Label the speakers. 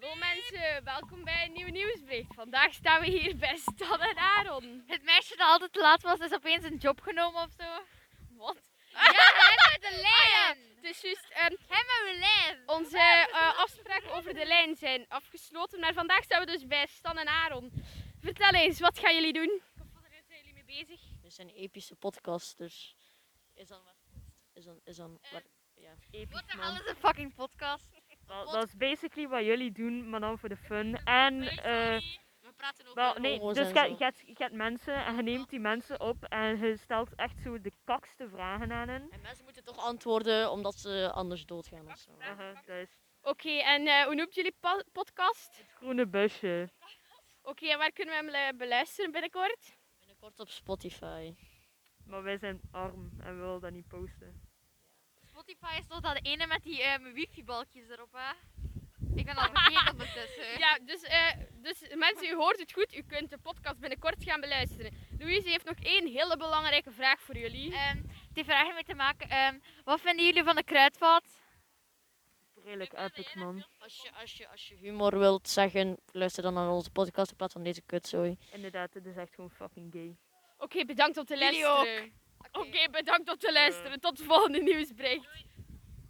Speaker 1: mensen, welkom bij een nieuwe nieuwsbericht. Vandaag staan we hier bij Stan en Aaron.
Speaker 2: Het meisje dat altijd te laat was, is opeens een job genomen of zo.
Speaker 1: Wat?
Speaker 2: Ja, hij met de lijn.
Speaker 1: Het is juist, ehm,
Speaker 2: Oh, Hij met de lijn.
Speaker 1: onze eh, afspraken over de lijn zijn afgesloten, maar vandaag staan we dus bij Stan en Aaron. Vertel eens, wat gaan jullie doen? Waar zijn jullie mee bezig?
Speaker 3: We zijn epische podcast, dus is dan wat. Is dan, is dan wat.
Speaker 2: Wat een alles een fucking podcast.
Speaker 4: Dat, dat is basically wat jullie doen, maar dan voor de fun. En, eh
Speaker 1: We praten over...
Speaker 4: wel, nee,
Speaker 3: homo's
Speaker 4: dus
Speaker 3: en
Speaker 4: je
Speaker 3: zo.
Speaker 4: je hebt- je hebt mensen en je neemt die mensen op en je stelt echt zo de kakste vragen aan hen.
Speaker 3: En mensen moeten toch antwoorden omdat ze anders doodgaan of zo.
Speaker 4: Aha, dat is
Speaker 1: Oké, en eh, hoe noemt jullie pa- podcast?
Speaker 4: het groene busje.
Speaker 1: Oké, en waar kunnen we hem eh, beluisteren binnenkort?
Speaker 3: Binnenkort op Spotify.
Speaker 4: Maar wij zijn arm en we willen dat niet posten.
Speaker 2: Spotify is toch dat ene met die ehm, wifi-balkjes erop, hè? Ik ben al vergeten ondertussen.
Speaker 1: Ja, dus, eh, dus mensen, u hoort het goed. U kunt de podcast binnenkort gaan beluisteren. Louise heeft nog één hele belangrijke vraag voor jullie.
Speaker 2: Ehm, die vraag heeft mee te maken, ehm, wat vinden jullie van de kruidvat?
Speaker 4: Redelijk epic, man.
Speaker 3: Als je, als, je, als je humor wilt zeggen, luister dan naar onze podcast in plaats van deze kutzooi.
Speaker 4: Inderdaad, dit is echt gewoon fucking gay.
Speaker 1: Oké, bedankt om te
Speaker 2: Jullie
Speaker 1: luisteren. Oké, bedankt om te luisteren. Tot de volgende nieuwsbericht.